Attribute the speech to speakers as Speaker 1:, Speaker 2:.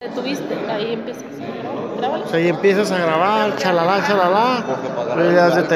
Speaker 1: detuviste, ahí empiezas. Grábalo.
Speaker 2: O sea, ahí empiezas a grabar, chalala, chalala. luego le das de